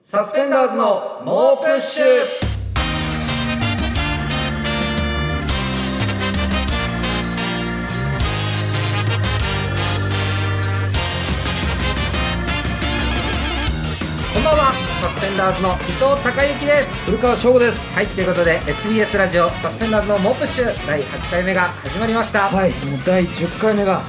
サスペンダーズの猛プッシュこんばんはサスペンダーズの伊藤孝之です古川翔吾ですはいということで SBS ラジオサスペンダーズの猛プッシュ第8回目が始まりました、はいもう第10回目が、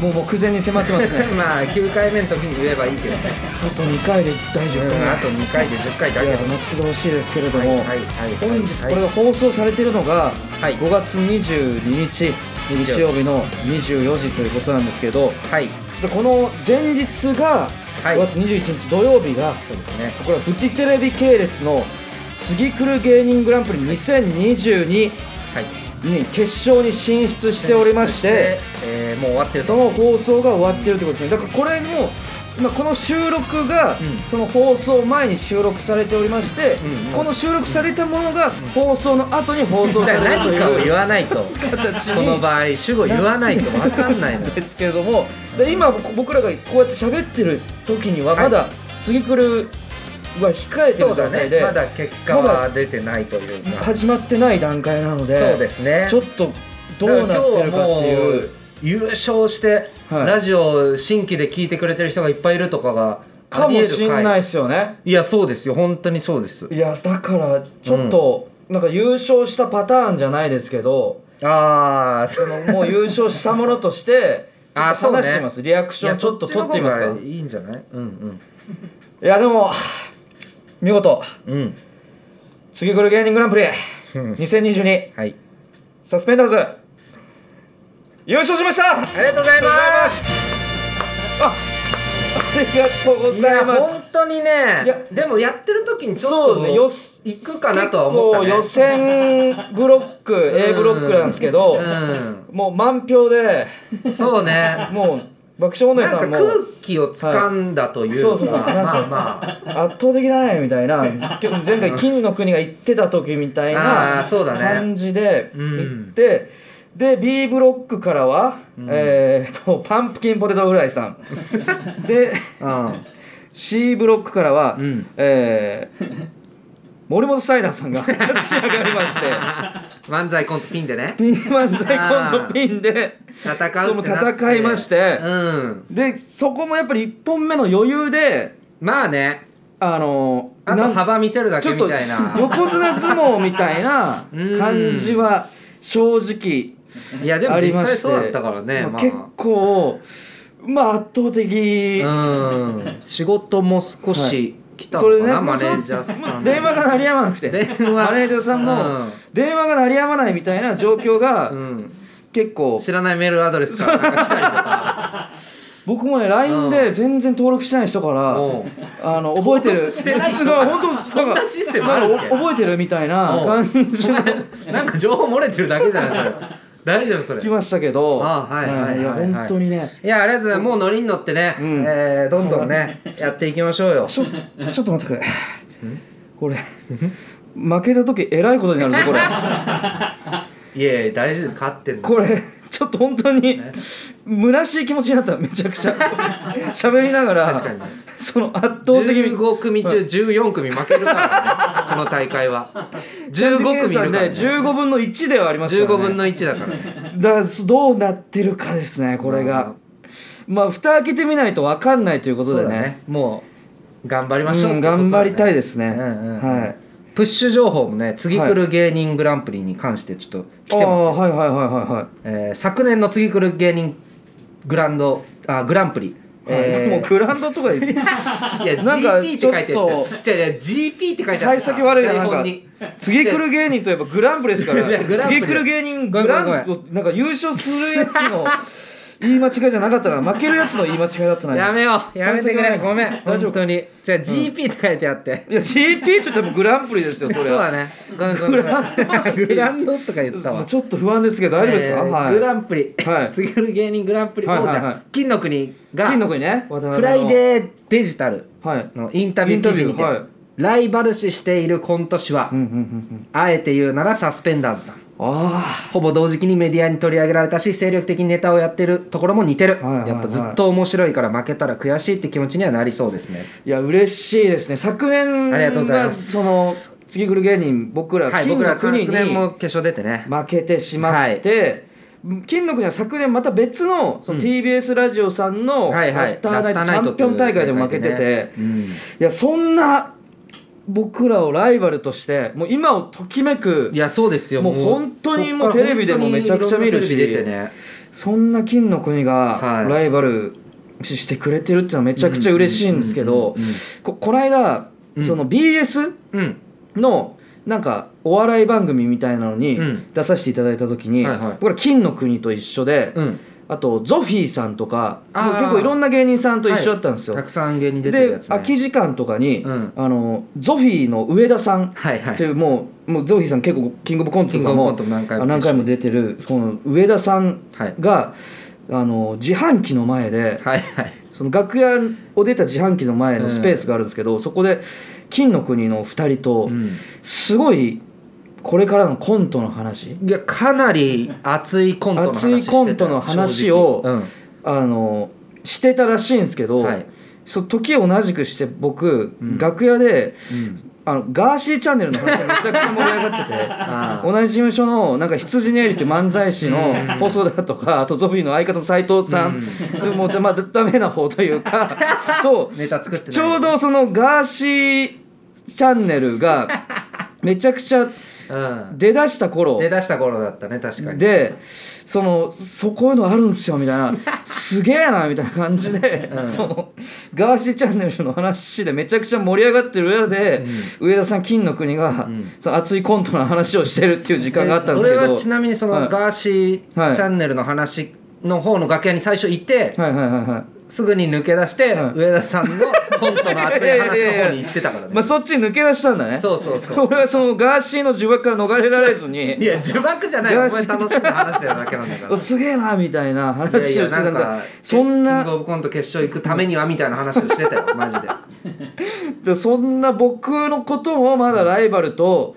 もう目前に迫ってますね まあ9回目の時に言えばいいけどね、あと2回で第う10回目ん、あと2回で10回だいけやど待ち遠しいですけれども、はいはい本日これが放送されているのがはい5月22日日曜日の24時ということなんですけどはい実はこの前日がはい5月21日土曜日が、そうですねこれはフジテレビ系列の「次くる芸人グランプリ2022はい」に決勝に進出しておりまして、えーもう終わってるそとの放送が終わってるってことですねだからこれも今この収録がんその放送前に収録されておりまして、うんうんこの収録されたものが放送の後に放送さだかられると何いうかを言わないとこ形にの場合主語言わないと分かんないのよですけれどもで今僕僕らがこうやって喋ってる時にははいまだ次来るは控えてそうるだ段階ねでまだ結果は出てないというか始まってない段階なのでそうですねちょっとどうなってるかっていだから今日はもうう優勝してはいラジオ新規で聞いてくれてる人がいっぱいいるとかがかもあり得しる回んないですよねいやそうですよ本当にそうですいやだからちょっと、なんか優勝したパターンじゃないですけ どああそのもう優勝したものとしてちょあっとそうね話してみます、リアクションちょっと取ってみますかいやそっちの方がいいんじゃないうんいやでも見事うんうん次来る芸人グランプリうん2022はいサスペンダーズ優勝しましたあありがとうございますりがとうごいざいやます本当にねいやでもやってる時にちょっそとうねよす行くかなとは思った結ね構予選ブロック A ブロックなんですけど、うんもう満票でそう ねもう爆笑問題なさんんかも空気を掴んだというか、はいそうそうなんかまあま圧倒的だねみたいな結構前回金の国が行ってた時みたいあーなそうだね感じでうん行って、で B ブロックからは、えー、とパンプキンポテトフライさん であ、うん、 C ブロックからは、うんえー森本サイダーさんが 立ち上がりま して漫才コントピンでねピン漫才コントピンで戦うってなってそうもう戦いましてうんでそこもやっぱり1本目の余裕でまあねあのーあなとん幅見せるだちけょっみとたいな横綱相撲みたいな感じは正直いやでもあり実まし際てそうだったからねままああ結構まあ圧倒的うん仕事も少し来たのそかれな、ねまマあネそのージャーさんの電話が鳴りやまなくて電話マネージャーさんうんも電話が鳴りやまないみたいな状況うがん結構知らないメールアドレスからなんか来たりとか僕もね LINE で全然登録してない人からうんあの覚えてる登録してない人から本当そんなシステムあるっけなんか覚えてるみたいな 感じのなんか情報漏れてるだけじゃないそれ大丈夫それ来ましたけどあはいはいはいはいや本当にねいやありがとうございますもう乗りに乗ってね、うんえーどんどんねやっていきましょうよ ちょちょっと待ってくれこれ負けた時えらいことになるぞこれ いやいや大事勝ってんのこれちょっと本当に虚しい気持ちになっためちゃ くちゃ喋りながら確かにねその圧倒的に15組中14組負ける からねこの大会は15組いる計から、算ねで、15分の1ではありますから、ね、 15分の1だからねだからそどうなってるかですねこれが、まあ蓋開けてみないと分かんないということでだねもう頑張りましょううっんてことだね、頑張りたいですね、うんうんうんはいプッシュ情報もね次来る芸人グランプリに関してちょっと来てあます、ーはいはいはいはいはいえー昨年の次来る芸人グランドあグランプリ、え ーもうグラウンドとか言っていやなんか GP って書いてあるちょっじゃじゃ GP って書いてあ幸る先悪いななん台か本に次来る芸人といえばグランプリですからいやグランプリ次来る芸人グランごプなんか優勝するやつの言い間違いじゃなかったな負けるやつの言い間違いだったなやめようやめてくれ幸先悪いごめん大丈夫本当にじゃあ GP って書いてあって、いや GP ちょっとグランプリです よそそうれはだねごめんごめんグランドグランドとか言ったまあわちょっと不安ですけど大丈夫ですか、えーはいグランプリ、はい次来る芸人グランプリ王者、はいはいはい金の国が金の国ね渡辺のフライデーデジタルはいのインタビュー記事見て、インタビューはいライバル視しているコント師は、うんうんうんうんあえて言うならサスペンダーズだあほぼ同時期にメディアに取り上げられたし精力的にネタをやってるところも似てる、はいはいはいやっぱずっと面白いから負けたら悔しいって気持ちにはなりそうですねあいや嬉しいですね昨年ありがとうございますその次来る芸人僕らはい金僕のら国昨に年も負決勝出てねけてしまって、金の国は昨年また別のそのうん TBS ラジオさんのアはいはいフターナイトチャンピオン大会でも負けててうんいやそんな僕らをライバルとしてもう今をときめくいやそうですよもう本当にもうそっからテレビでもめちゃくちゃ見るし本当にいろんなテレビ出てねそんな金の国はがいライバル視してくれてるっていうのはめちゃくちゃ嬉しいんですけどうんうんうんここの間うんその BS うんのなんかお笑い番組みたいなのにうん出させていただいた時にはいはい僕ら金の国と一緒でうんあとゾフィーさんとかあー結構いろんな芸人さんと一緒だったんですよたくさん芸人出てるやでつね空き時間とかにうんあのゾフィーの上田さんっはいはいていうもうもうゾフィーさん結構キングオブコントとキングかオブコンもトも何回もあ何回も出てるその上田さんはいがあの自販機の前ではいはいその楽屋を出た自販機の前のスペースがあるんですけど、そこで金の国の2人とうんすごいこれからのコントの話いやかなり熱いコントの話し熱いてたコントの話を正直あのしてたらしいんですけうど、んはいその時を同じくして僕、うん楽屋でうんあのガーシーチャンネルの話がめちゃくちゃ盛り上がってて。あ ー同じ事務所のなんか羊ねりっていう漫才師のうん細田とかあとゾフィーの相方の斎藤さん、もうでまあ、ダメな方という かとネタ作ってないちょうどそのガーシーチャンネルがめちゃくちゃうん出だした頃出だした頃だったね確かにでそのそこういうのあるんですよみたいなすげえなみたいな感じで、うんそのガーシーチャンネルの話でめちゃくちゃ盛り上がってる裏で、上田さん金の国が、うんその熱いコントの話をしてるっていう時間があったんですけえど俺はちなみにそはのいガーシはいーチャンネルの話の方の楽屋に最初行ってはいはいはいはいすぐに抜け出してはい上田さんのコントの熱い話の方に行ってたからまあねそっちに抜け出したんだねそうそうそう俺はそのガーシーの呪縛から逃れられずにいや呪縛じゃないガーおシー前楽しく話してただけなん だかおらすげえなみたいないやい話をやしてたなんんだかそんキングなオブコント決勝行くためにはみたいな話をして たよマジでそんな僕のこともまだライバルと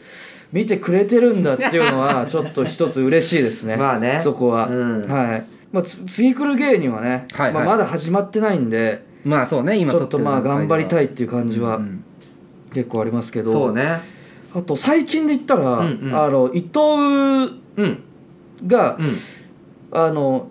見てくれてるんだっていうのはちょっと一つ嬉しいですねまあねそこは、うんはい、まあ、つ次来る芸人はね、はいはいまあ、まだ始まってないんでまあそうねち今ょっとまあ頑張りたいいっていう感じは結構ありますけど、そうねあと最近で言ったら、うんうんあの伊藤うんがうんあの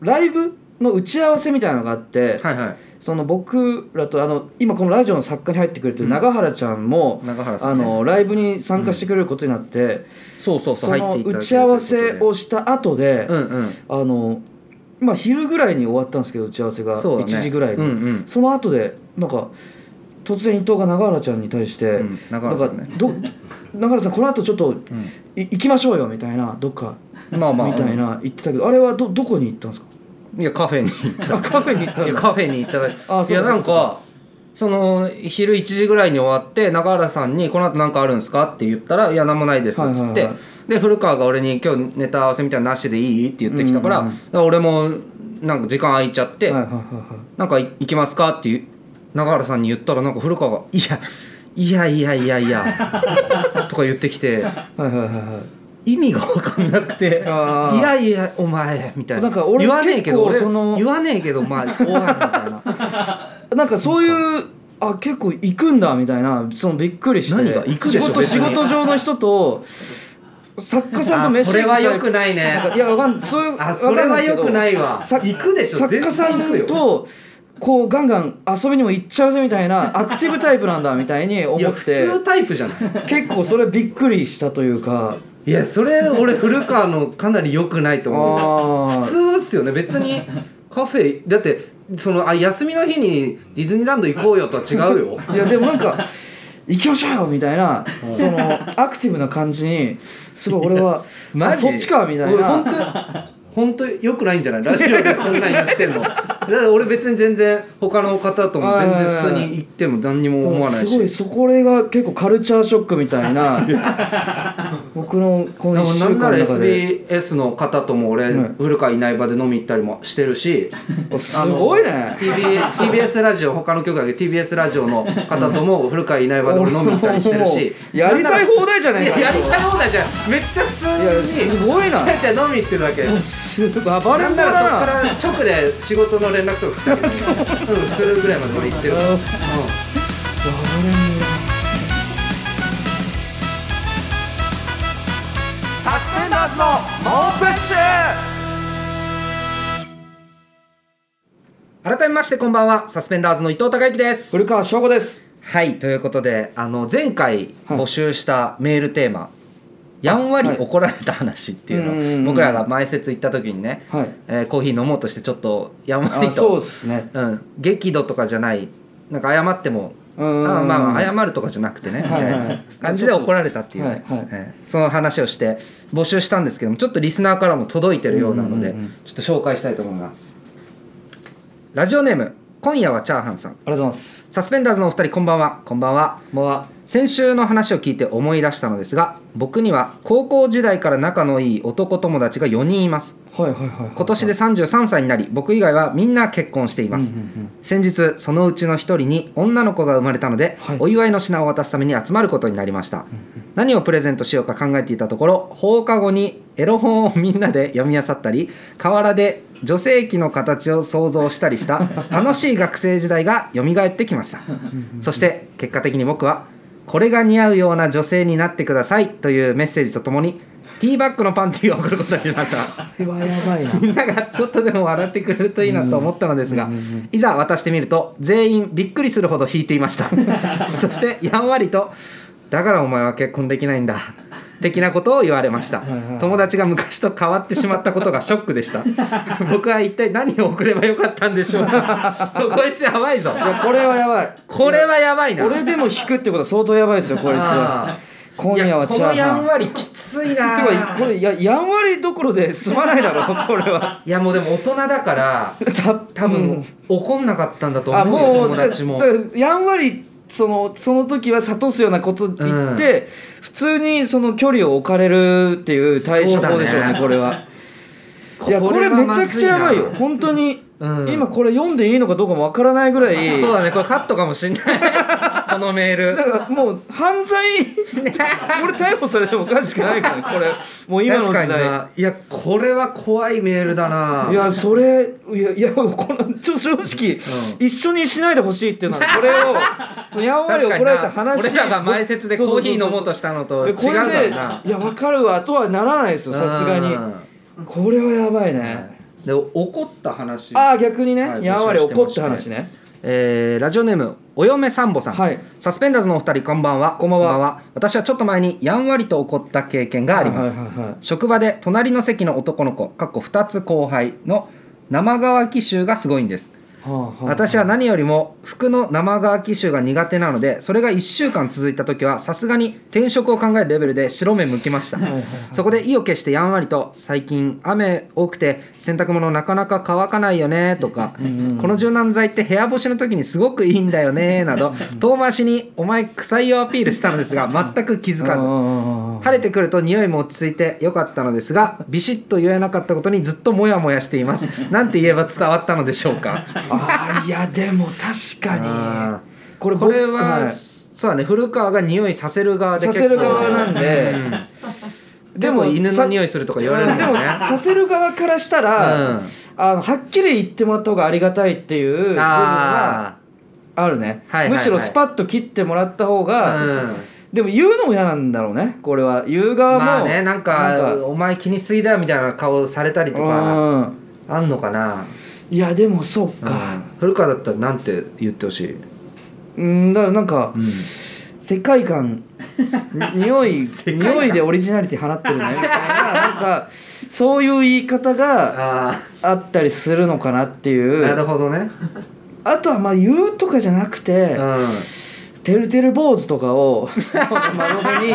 ライブの打ち合わせみたいなのがあって、はいはいその僕らとあの今このラジオの作家に入ってくれてる永原ちゃんも、中原さあんねのライブに参加してくれることになって、そうそうそそう入っのていただ打けるち合わせをした後で、うんうんあのまあ昼ぐらいに終わったんですけど打ち合わせがそう1だね時ぐらいにうそ,、んうんの後でなんか突然伊藤が永原ちゃんに対して、うん中な原んかさんねど永原さんこの後ちょっとい行きましょうよみたいなどっかうんまあまあみたいな言ってたけどあれはどどこに行ったんですか いやカフ ェに行ったあカフェに行ったんだいやカフェに行っただけあいそうやだなんかその昼1時ぐらいに終わって中原さんに「この後なんかあるんですか?」って言ったら「いや何もないです」っつっはいてはいはで古川が俺に「今日ネタ合わせみたいなのなしでいい?」って言ってきたからうんうんだうんから俺もなんか時間空いちゃってはいはいはいはい「なんか行きますか?」っていう中原さんに言ったらなんか古川が「いやいやいやいやいや」とか言ってきてはいはいはいはい意味が分かんなくて「いあーやいやお前」みたいななんか俺言わねえけど結構俺その言わねえけど まあおいみたいな。なんかそういうあ結構行くんだみたいなそのびっくりして何が行くでしょ仕事別仕に事上の人と作家さんとあ飯それは良くいないなんねかいやわかんそういうあそれは良くないわさ行くでしょ作家さ絶対行んくよとこうガンガン遊びにも行っちゃうぜみたい なアクティブタイプなんだみたいにい思やっ普て通タイプじゃない結構それびっくりしたというかいやそれ俺古川のかなり良く ないと思うあ普あ通っすよね別にカフェだってそのあ休みの日にディズニーランド行こうよとは違うよいやでもなんか行きましょうよみたいなそのアクティブな感じにすごい俺は マジあそっちかみたい俺な本当本当良くないんじゃないラジオでそんなんやってんのから俺別に全然他の方とも全然普通に行っても何にも思わなすいごいしそこれが結構カルチャーショックみたいな僕のこの1週な間んなのら中で SBS の方とも俺うん古川いない場で飲み行ったりもしてるしおすごいあのね TBS, TBS ラジオ他の局だけど TBS ラジオの方とも古川いない場で俺飲み行ったりしてるしおやりたい放題じゃないいやかやりたい放題じゃんめっちゃ普通いやすにごいなちゃいちゃい飲み行ってるだけ暴れなんんだならそなこから直で仕事の連絡とか来たりとかうんするぐらいまで俺行ってる、うんあサスペンダーズの猛プッシュ改めましてこんばんはサスペンダーズの伊藤孝之です古川翔吾ですはいということであの前回はい募集したメールテーマ、やんわりはい怒られた話っていうのを、うんうんうん僕らが前説行った時にね、はいえーコーヒー飲もうとしてちょっとやんわりあそとうですねうん、激怒とかじゃないなんか謝ってもうあんまあまあ謝るとかじゃなくてね、はいはいはい感じで怒られたっていう、ねはいはいええその話をして募集したんですけどもちょっとリスナーからも届いてるようなので、うんうんうんちょっと紹介したいと思いますラジオネーム今夜はチャーハンさんありがとうございますサスペンダーズのお二人こんばんはこんばんはこんばんは先週の話を聞いて思い出したのですが僕には高校時代から仲のいい男友達が4人いますはいはいはいはい今年で33歳になり僕以外はみんな結婚していまうす、んうんうん先日そのうちの一人に女の子が生まれたので、はいお祝いの品を渡すために集まることになりました、何をプレゼントしようか考えていたところ放課後にエロ本をみんなで読み漁ったり河原で女性器の形を想像したりした 楽しい学生時代が蘇ってきましたそして結果的に僕は「これが似合うような女性になってください」というメッセージとともにティーバッグのパンティーを送ることにしましたこれはやばいなみんながちょっとでも笑ってくれるといいなと思ったのですがうんうんうんいざ渡してみると全員びっくりするほど引いていました そしてやんわりと「だからお前は結婚できないんだ」的なことを言われましたはいはい友達が昔と変わってしまったことがショック でした僕は一体何を送ればよかったんでしょ うかこいつやばいぞいやこれはやばいこれはやばいなこれでも引くってことは相当やばいですよこいつはあー今夜はいやチこャのーやハンんわりきついなてかこれややんわりどころで済まないだろうこれはいやもうでも大人だからた多分、うん怒んなかったんだとあ思うよもう友達もだからやんわりそのその時は諭すようなこと言って、普通にその距離を置かれるっていう対処法でしょうそうだねねこれ はいやこれめちゃくちゃやばいよ本当に、うん今これ読んでいいのかどうかもわからないぐらいそうだねこれカットかもしんない このメーだルからもう犯 罪これ逮捕されてもおかしくないからこれもう今の時確か代にないやこれは怖いメールだないやそれいやいやこのちょ正直、う一緒にしないでほしいっていうのはこれをそのやんわり確怒かにられたな話俺らが前説でコーヒー飲もうとしたのと違うこれかでらないやわかるわとはならないですよさすがにこれはやばいねうんで怒った話ああ逆にはねいやんわり怒った話ねえーラジオネームお嫁さんぼさん、はいサスペンダーズのお二人こんばんはこんばんは私はちょっと前にやんわりと怒った経験がありまはす、いはいはいはい職場で隣の席の男の子かっこ2つ後輩の生乾き臭がすごいんですはあはあ私は何よりも服の生乾き臭が苦手なのでそれが1週間続いた時はさすがに転職を考えるレベルで白目向きましたはいはいはいそこで意を決してやんわりと「最近雨多くて洗濯物なかなか乾かないよね」とかうんうんこの柔軟剤って部屋干しの時にすごくいいんだよね」など遠回しに「お前臭いよ」アピールしたのですが全く気づかずうん晴れてくると匂いも落ち着いて良かったのですがビシッと言えなかったことにずっとモヤモヤして いますなんて言えば伝わったのでしょうかああいやでも確かあにーこれこれは、はいそうだね古川が匂いさせる側でさ結せ構る側なんでうんでも犬の匂いするとか言われるもんでもねさせる側からしたら、うんあのはっきり言ってもらった方がありがたいっていう部分はああるね、はいはいはいむしろスパッと切ってもらった方あが、うんでも言うのも嫌なんだろうねこれは言う側も、まあねなんかお前気にすぎだよみたいな顔されたりとうかんあんのかな、いやでもそっうんか古川だったらなんて言ってほしい、うんだからなんか、うん世界 観匂い世界観匂いでオリジナリティ払ってる ねみたいななんかそういう言い方がああったりするのかなっていあなうるほどね、あとはまあ言うとかじゃなくて、うん てるてる坊主とかをその窓辺に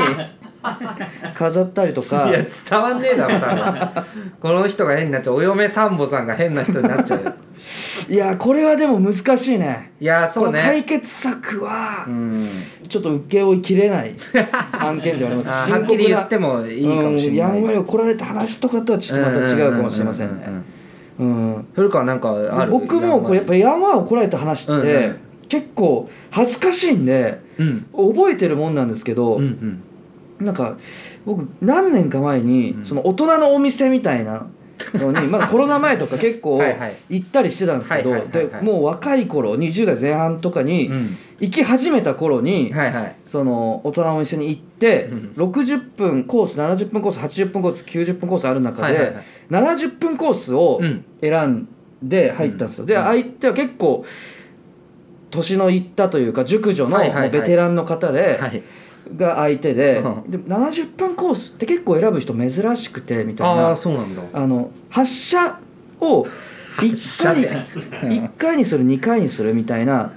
飾ったりとかいや伝わんねえだろ多分この人が変になっちゃうお嫁さんぼさんが変な人になっちゃうよいやこれはでも難しいねいやそうこの解ね決策はうんちょっと請け負いきれない案件ではありあますはっきり言ってもいいかもしれないうんやんわり怒られた話とかとはちょっとまた違うかもしれませんううううねううん古川なんかある僕もこれやっぱやんわり怒られた話うんっうてん結構恥ずかしいんでうん覚えてるもんなんですけど、うんうんなんか僕何年か前にうんその大人のお店みたいなの にまだコロナ前とか結構はいはい行ったりしてたんですけはいどはいはいではいもう若い頃20代前半とかにう行き始めた頃にんはいはいその大人のお店に行ってうん60分コース70分コース80分コース90分コースある中はいはいではい70分コースをうん選んで入ったんですよ、でうん相手は結構年のいったというか熟女のはいはいはいもうベテランの方で、はいが相手で,、うで70分コースって結構選ぶ人珍しくてみたいああなーそうなんだあの発射を1射で回 一回にする2回にするみたいな、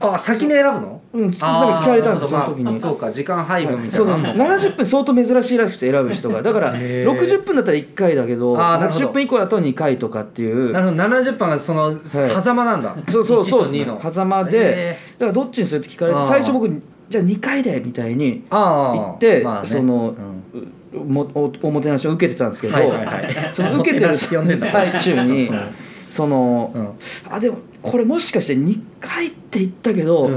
あ先に選ぶのうん、そなんか聞かれたんですよそあーの時に。まあそうか時間配分みたそいうそなうのあんの70分相当珍しいらしくて選ぶ人がだからへー60分だったら1回だけどあーなるほど80分以降だと2回とかっていうなるほど70分がその狭間なんだそうそう1そうとですね2の狭間でへだからどっちにするって聞かれてあー最初僕じゃあ2回でみたいにーあー行ってまあねそのうんおおおもてなしを受けてたんですけどはいはいはいその受けておもてなるし呼んでんだ最中にそのうんあでもこれもしかして2回って言ったけど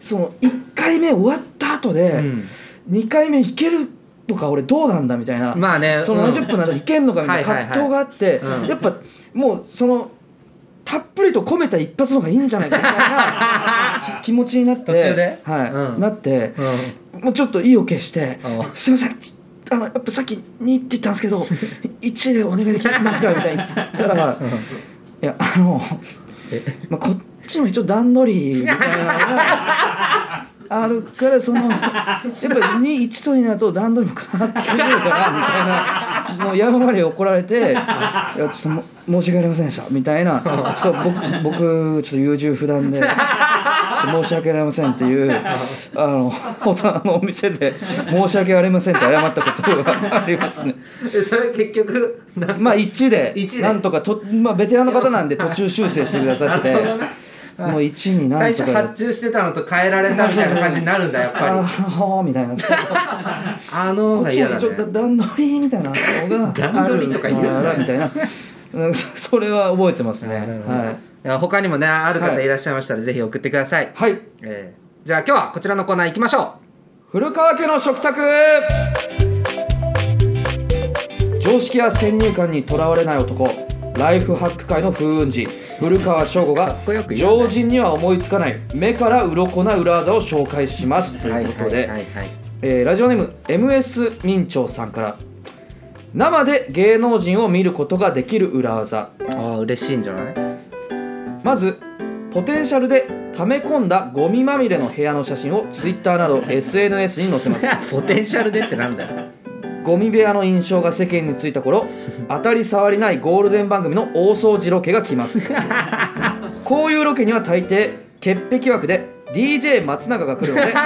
その1回目終わった後うでん2回目いけるとか俺どうなんだみたいなまあねその70分ならいけんのかみたいなはいはい葛はい藤があってうんやっぱもうそのたっぷりと込めた一発の方がいいんじゃないかみたいな気持ちになって 途中ではいうんなってうんもうちょっと意を決してうん「すいませんちあのやっぱさっき2って言ったんですけど1でお願いできますか?」みたいに言ったら「いやあの、まあ、こっちも一応段取りみたいなのがあるからそ のやっぱ21とになると段取りも変わってくるからみたいなもうやんわり怒られ て「いやちょっとも申し訳ありませんでした」みたいな「ちょっと僕僕ちょっと優柔不断で。申し訳ありませんっていうあの大人のお店で申し訳ありませんって謝ったことがありますねえそれ結局なまあ1で一でなんとかと、まあ、ベテランの方なんで途中修正してくださって なるほどねもう1にな最んと初かやっ発注してたのと変えられたみたいな感じになるんだやっあぱーみたいなりあのこーっがち嫌はだちょっとね段取りみたいなのが 段取りとか言うんだあるみたいなうんそれは覚えてますねなるほどはいや他にもねある方はいいらっしゃいましたらぜひ送ってくださいい、はい、えーじゃあ今日はこちらのコーナー行きましょ古川家の食卓常識や先入観にとらわれない男ライフハック界の風雲児古川翔吾がかっこよく言うね常人には思いつかない目から鱗な裏技を紹介しますとういうことはでいはいえーラジオネーム MS 明朝さんから生で芸能人を見ることができる裏技はいああ嬉しいんじゃない まずポテンシャルで溜め込んだゴミまみれの部屋の写真を Twitter など SNS に載せますポテンシャルでってなんだよゴミ部屋の印象が世間についた 頃当たり障りないゴールデン番組の大掃除ロケが来ます こういうロケには大抵潔癖枠で DJ 松永が来るの で好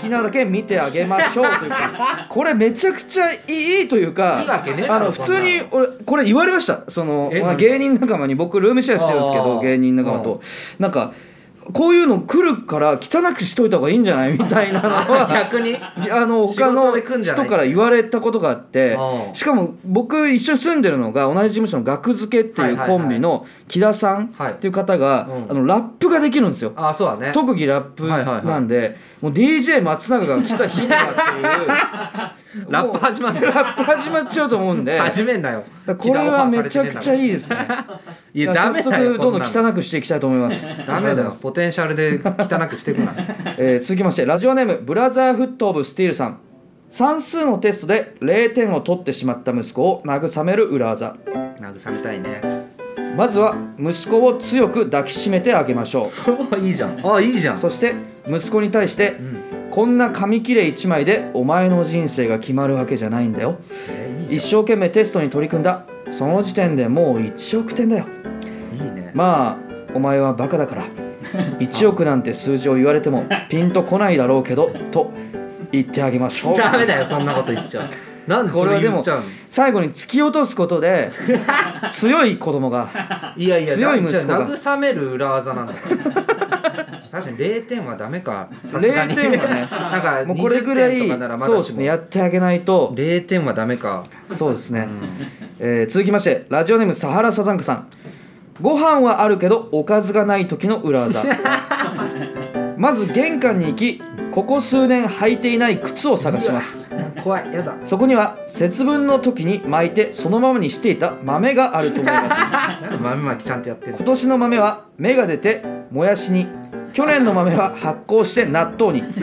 きなだけ見てあげましょうというかこれめちゃくちゃいいというかいいわけねえだあろの普通に俺これ言われましたその、えまあ何芸人仲間に僕ルームシェアしてるんですけあどー芸人仲間となんかこういうの来るから汚くしといた方がいいんじゃないみたいなの は逆にいやあの仕事他ので来んじゃ人ないから言われたことがあってうんしかも僕一緒に住んでるのが同じ事務所の学付けっていうはいはいはコいンビの木田さんはいっていう方がうんあのラップができるんですよああそうだね特技ラップはいはいはいなんでもう DJ 松永が来た日だっていうラップ始まる もうラップ始まっちゃうと思うんでだか始めんなよらこれはめちゃくちゃいいいですね いやダメ早だよ速どんどんこなの汚くしていきたいと思いますダメだよポテンシャルで汚くしてくな えー続きましてラジオネームブラザーフット・オブ・スティールさん算数のテストで0点を取ってしまった息子を慰める裏技慰めたいねまずは息子を強く抱きしめてあげましょいいじゃんあいいじゃうんそして息子に対してうん「こんな紙切れ1枚でお前の人生が決まるわけじゃないんだよ」え「いい一じ生懸命テストに取り組んだその時点でもう1億点だよ」ゃんいいねまあお前はバカだから1億なんて数字を言われてもピンとこないだろうけどと言ってあげましょうダメだよそんなこと言っちゃうなんでそれ言っちゃうの最後に突き落とすことで 強い子供がいやいや強い息子が慰める裏技なんだから 確かに0点はダメかさすがに0点 はねなんかもうこれぐらい20点とかならまそうだでしすもねやってあげないと0点はダメか、そうですね、うんえー続きましてラジオネームサハラサザンカさんご飯はあるけどおかずがない時の裏 技まず玄関に行きここ数年履いていない靴を探します怖いやだそこには節分の時に巻いてそのままにしていた豆があると思いますなんで豆まきちゃんとやってんの今年の豆は芽が出てもやしに去年の豆は発酵して納 豆に一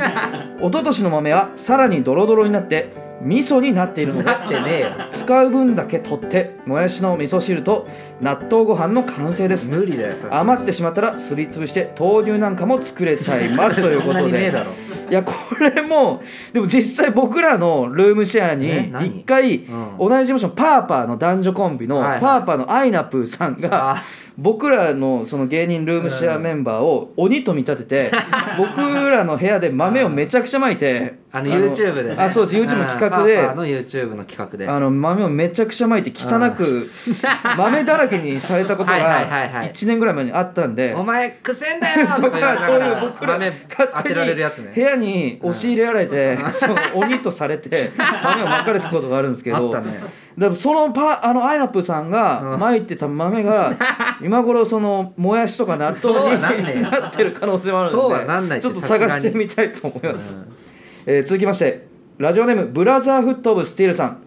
昨年の豆はさらにドロドロになって味噌になっているので なってねえよ使う分だけ取ってもやしの味噌汁と納豆ご飯の完成です無理だよさすがに余ってしまったらすりつぶして豆乳なんかも作れちゃいますという そこんなとにねえで だろ、いやこれもでも実際僕らのルームシェアにね何一回う同んじ事務所のパーパーの男女コンビのはいはいパーパーのアイナプーさんがあ僕らのその芸人ルームシェアメンバーを鬼と見立て て僕らの部屋で豆をめちゃくちゃまいてあの YouTube で、ね、あそうです YouTube の企画うんでパパの YouTube の企画であの豆をめちゃくちゃまいて汚く豆だらけにされたこと はいはいはいはがい1年ぐらい前にあったんでお前くせんだよと とか言われかなそうがいうら僕ら豆勝当手てられるやつに部ね屋に押し入れられて その鬼とされ て豆をまかれたことがあるんですけあどったねだからそのパあのアイナップさんうがんまいてた豆 が今頃そのもやしとか納そう豆はになんねえよなってる可能性もあるそうはなんのないでってちょっとさすがに探してみたいと思いますうんえー続きましてラジオネームブラザーフット・オブ・スティールさん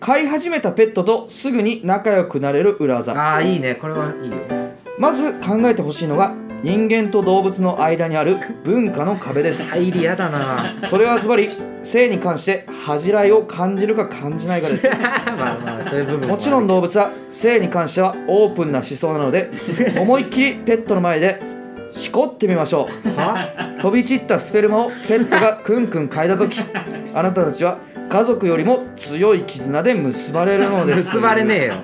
飼い始めたペットとすぐに仲良くなれる裏技ああいいねこれはいいよまず考えてほしいのが人間と動物の間にある文化の壁です入りやだな それはズバリ性に関して恥じらいを感じるか感じないかですまあまあそういう部分もちろんど動物は性に関してはオープンな思想なの で思いっきりペットの前でしこってみましょうは飛び散ったスペルマをペットがクンクン嗅いだ時あなたたちは家族よりも強い絆で結ばれるのです結ばれねえよ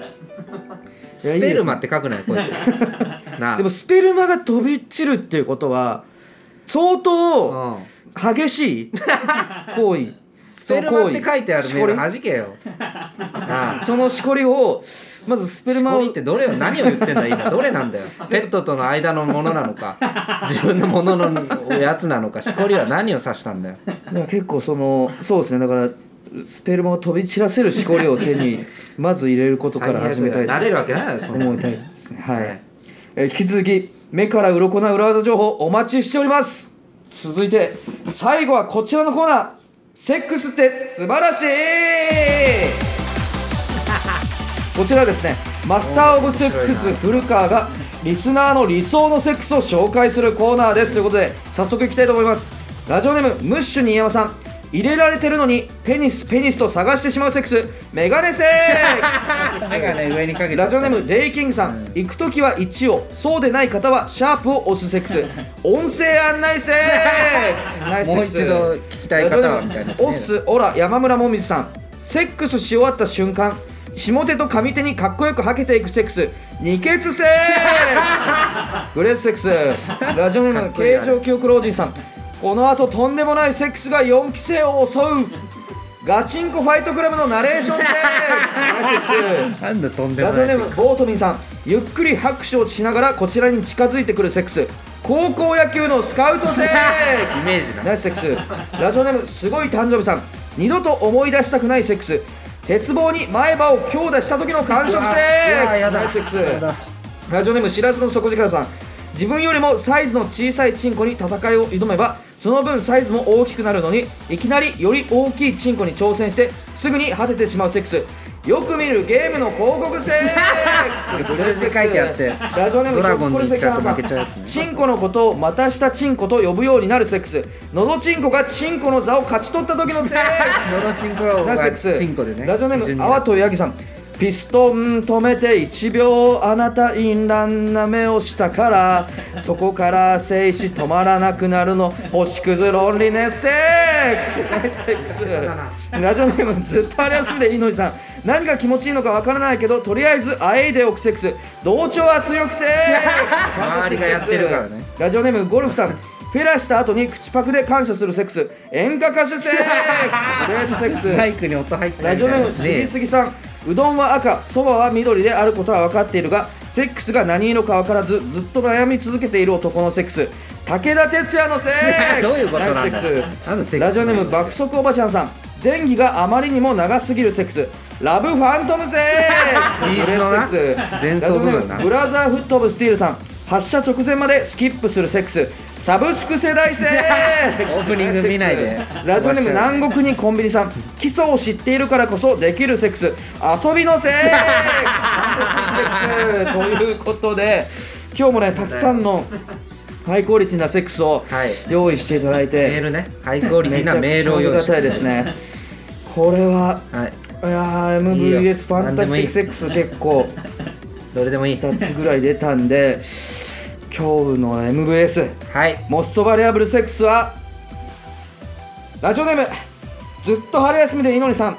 スいやいいですねペルマって書くなよこい つなあでもスペルマが飛び散るっていうことは相当うん激しい行為 スペルマって書いてあるメールしこはじけよなありそのしこりをまずスペルしマこをりってどれを何を言ってんだ今どれなんだよペットとの間のものなのか自分のもののやつなのかしこりは何を指したんだよだから結構そのそうですねだからスペルマを飛び散らせるしこりを手にまず入れることから始めたい最悪だよ慣れるわけないだろそんな思いたいですねはい、えー引き続き目から鱗な裏技情報お待ちしております続いて最後はこちらのコーナーセックスって素晴ら しいこちらですねマスター・オブ・セックス古川がリスナーの理想のセックスを紹介するコーナーですということで早速いきたいと思いますラジオネームムッシュ新山さん入れられてるのにペニスペニスと探してしまうセックスメガネセックス目がね上にかけラジオネーム J キングさん、うん行く時は1をそうでない方はシャープを押すセックス音声案内セック スナイスセッもうクス一度聞きたい方はみたいなオスオラ山村もみじさんセックスし終わった瞬間下手と上手にかっこよくはけていくセックス二欠 セックスグレートセックスラジオネーかムっこいい形な状記憶老人さんこの後とんでもないセックスが4期生を襲うガチンコファイトクラブのナレーションセックスナイスセックスなんだとんでもラジオなネいームボートミンさんゆっくり拍手をしながらこちらに近づいてくるセックス高校野球のスカウトセック イメージスなナイスセックスラジオネームすごい誕生日さん二度と思い出したくないセックス鉄棒に前歯を強打した時の感触セックスややナイだスセックスラジオネームしらすの底力さん自分よりもサイズの小さいチンコに戦いを挑めばその分サイズも大きくなるのにいきなりより大きいチンコに挑戦してすぐに果ててしまうセックスよく見るゲームの広告セック ス数字書いてあってラジオネームドラゴンひょっこにり一関着さん負けちゃうやつねチンコのことをまたしたチンコと呼ぶようになるセックスのどチンコがチンコの座を勝ち取った時のセックスノロチンコはナイスセックスチンコでねラジオネ基ー準にムな阿波ると八木さんピストン止めて1秒あなた淫乱な目をした からそこから静止止まらなくなるの星屑ロンリネスセックスナイスセックスラジオネームずっとあれ休んでいいのにさん何が気持ちいいのかわからないけどとりあえずあえいでおくセックス同調圧力せ 周りがやってるからねラジオネームゴルフさんフェラした後に口パクで感謝するセックス演歌歌手セックスデートセックスマイクに音入ってラジオネーム杉ぎねさん、うどんは赤そばは緑であることは分かっているがセックスが何色か分からずずっと悩み続けている男のセックス武田鉄矢のセックス どういうことなんナイだスセッよクスなんでセックスラジオネーム爆速おばちゃんさん前儀があまりにも長すぎるセックスラブファントムセックス いいのなブレードセックス前奏部分なラジオネームブラザーフットオブスティールさん発射直前までスキップするセックスサブスク世代セックス オープニング見ないでラジオネーム南国にコンビニさん基礎を知っているからこそできるセックス遊びのセックスセックスということで今日もねたくさん のハイクオリティなセックスをはい用意していただいて、メールねハイクオリティめちゃなくメーちルゃあをり用意がしてたいですねこれははいいやーいいよ MVS ファンタスティックセックス結構どれでもいい2つぐらい出たんで今日の MVS はいモストバリアブルセックスはラジオネームずっと春休みでいのりさん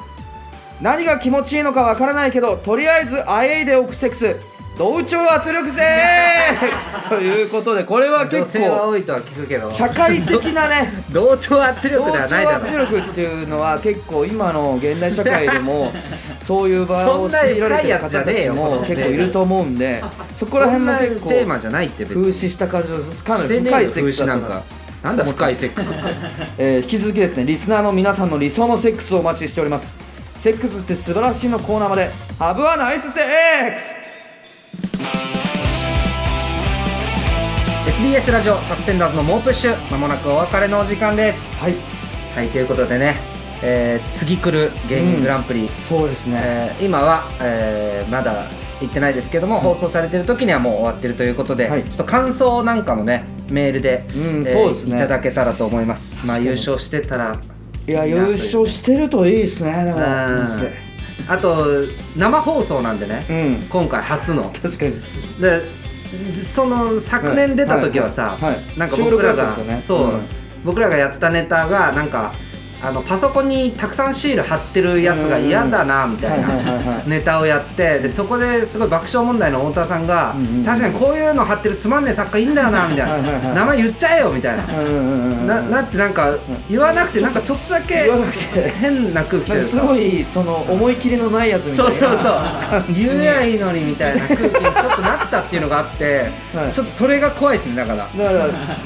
何が気持ちいいのかわからないけどとりあえずあえいでおくセックス同調圧力セックスということでこれは女結性は構多いとは聞くけど社会的なね同調圧同力では調ないだ圧ろ力っていうのは結構今の現代社会で もそういう場をそんな強いられてる深いやつじゃ方ねたえちよこもの結構いると思うん でそこらそ辺んもなテ結構ーマじゃないって別風に刺した感じのかなしりてね深えいよセ風ックスだ刺ったななんかなんだ深いセックスってえー引き続きですねリスナーの皆さんの理想のセックスをお待ちしておりますセックスって素晴らしいのコーナーまでハブはナイスセックス SBS ラジオサスペンダーズの猛プッシュまもなくお別れのお時間ですはいはいということでね、えー次来る芸人グランプリ、そうですねえー今は、えーまだ行ってないですけども、放送されてる時にはもう終わってるということで、はいちょっと感想なんかもねメールで,、うんえーそうですねいただけたらと思いますま確かあに優勝してたらいやいいな優勝してるといいですねでもうんマジであと生放送なんでね、うん今回初の確かにでその昨年出た時ははさ、いはいはいなんか僕らが、収録だったんですよねそう、うん僕らがやったネタがなんかあのパソコンにたくさんシール貼ってるやつが嫌だなみたいはいはいはいなはいネタをやってでそこですごい爆笑問題の太田さんが、うんうんうん確かにこういうの貼ってるつまんねえ作家いいんだよなみたいなはいはいはい名前言っちゃえよみたいな。うんうんうんうんななってなんか言わなくてなんかちょっとだけ言わなくて変な空気となんかいうすかごいその思い切りのないやつみたいそうなそうそうじ言えばいいのにみたいな空気にちょっとなったっていうのがあって、はいちょっとそれが怖いですねだからだから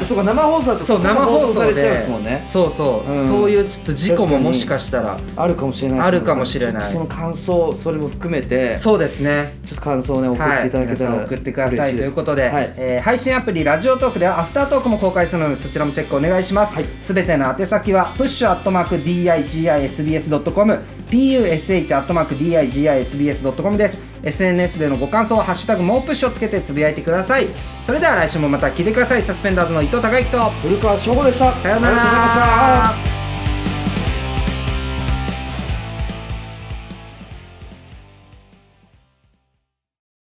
そうか生放送だとそうここ生が放送されちゃうんでですもんねそうそう、うんそういうちょっと事故ももしかしたらあるかもしれないですねあるかもしれないちょっとその感想それも含めてそうですねちょっと感想をね送っはてい、いただけた皆さら、ん送ってくださいということで、はい、えー配信アプリラジオトークではアフタートークも公開するのでそちらもチェックお願いしますはいすべ、ての宛先は push.digisbs.com push.digisbs.com です SNS でのご感想は「ハッシュタグもうプッシュ」をつけてつぶやいてくださいそれでは来週もまた聞いてくださいサスペンダーズの伊藤孝之と古川翔吾でしたさようなありがとうございましたら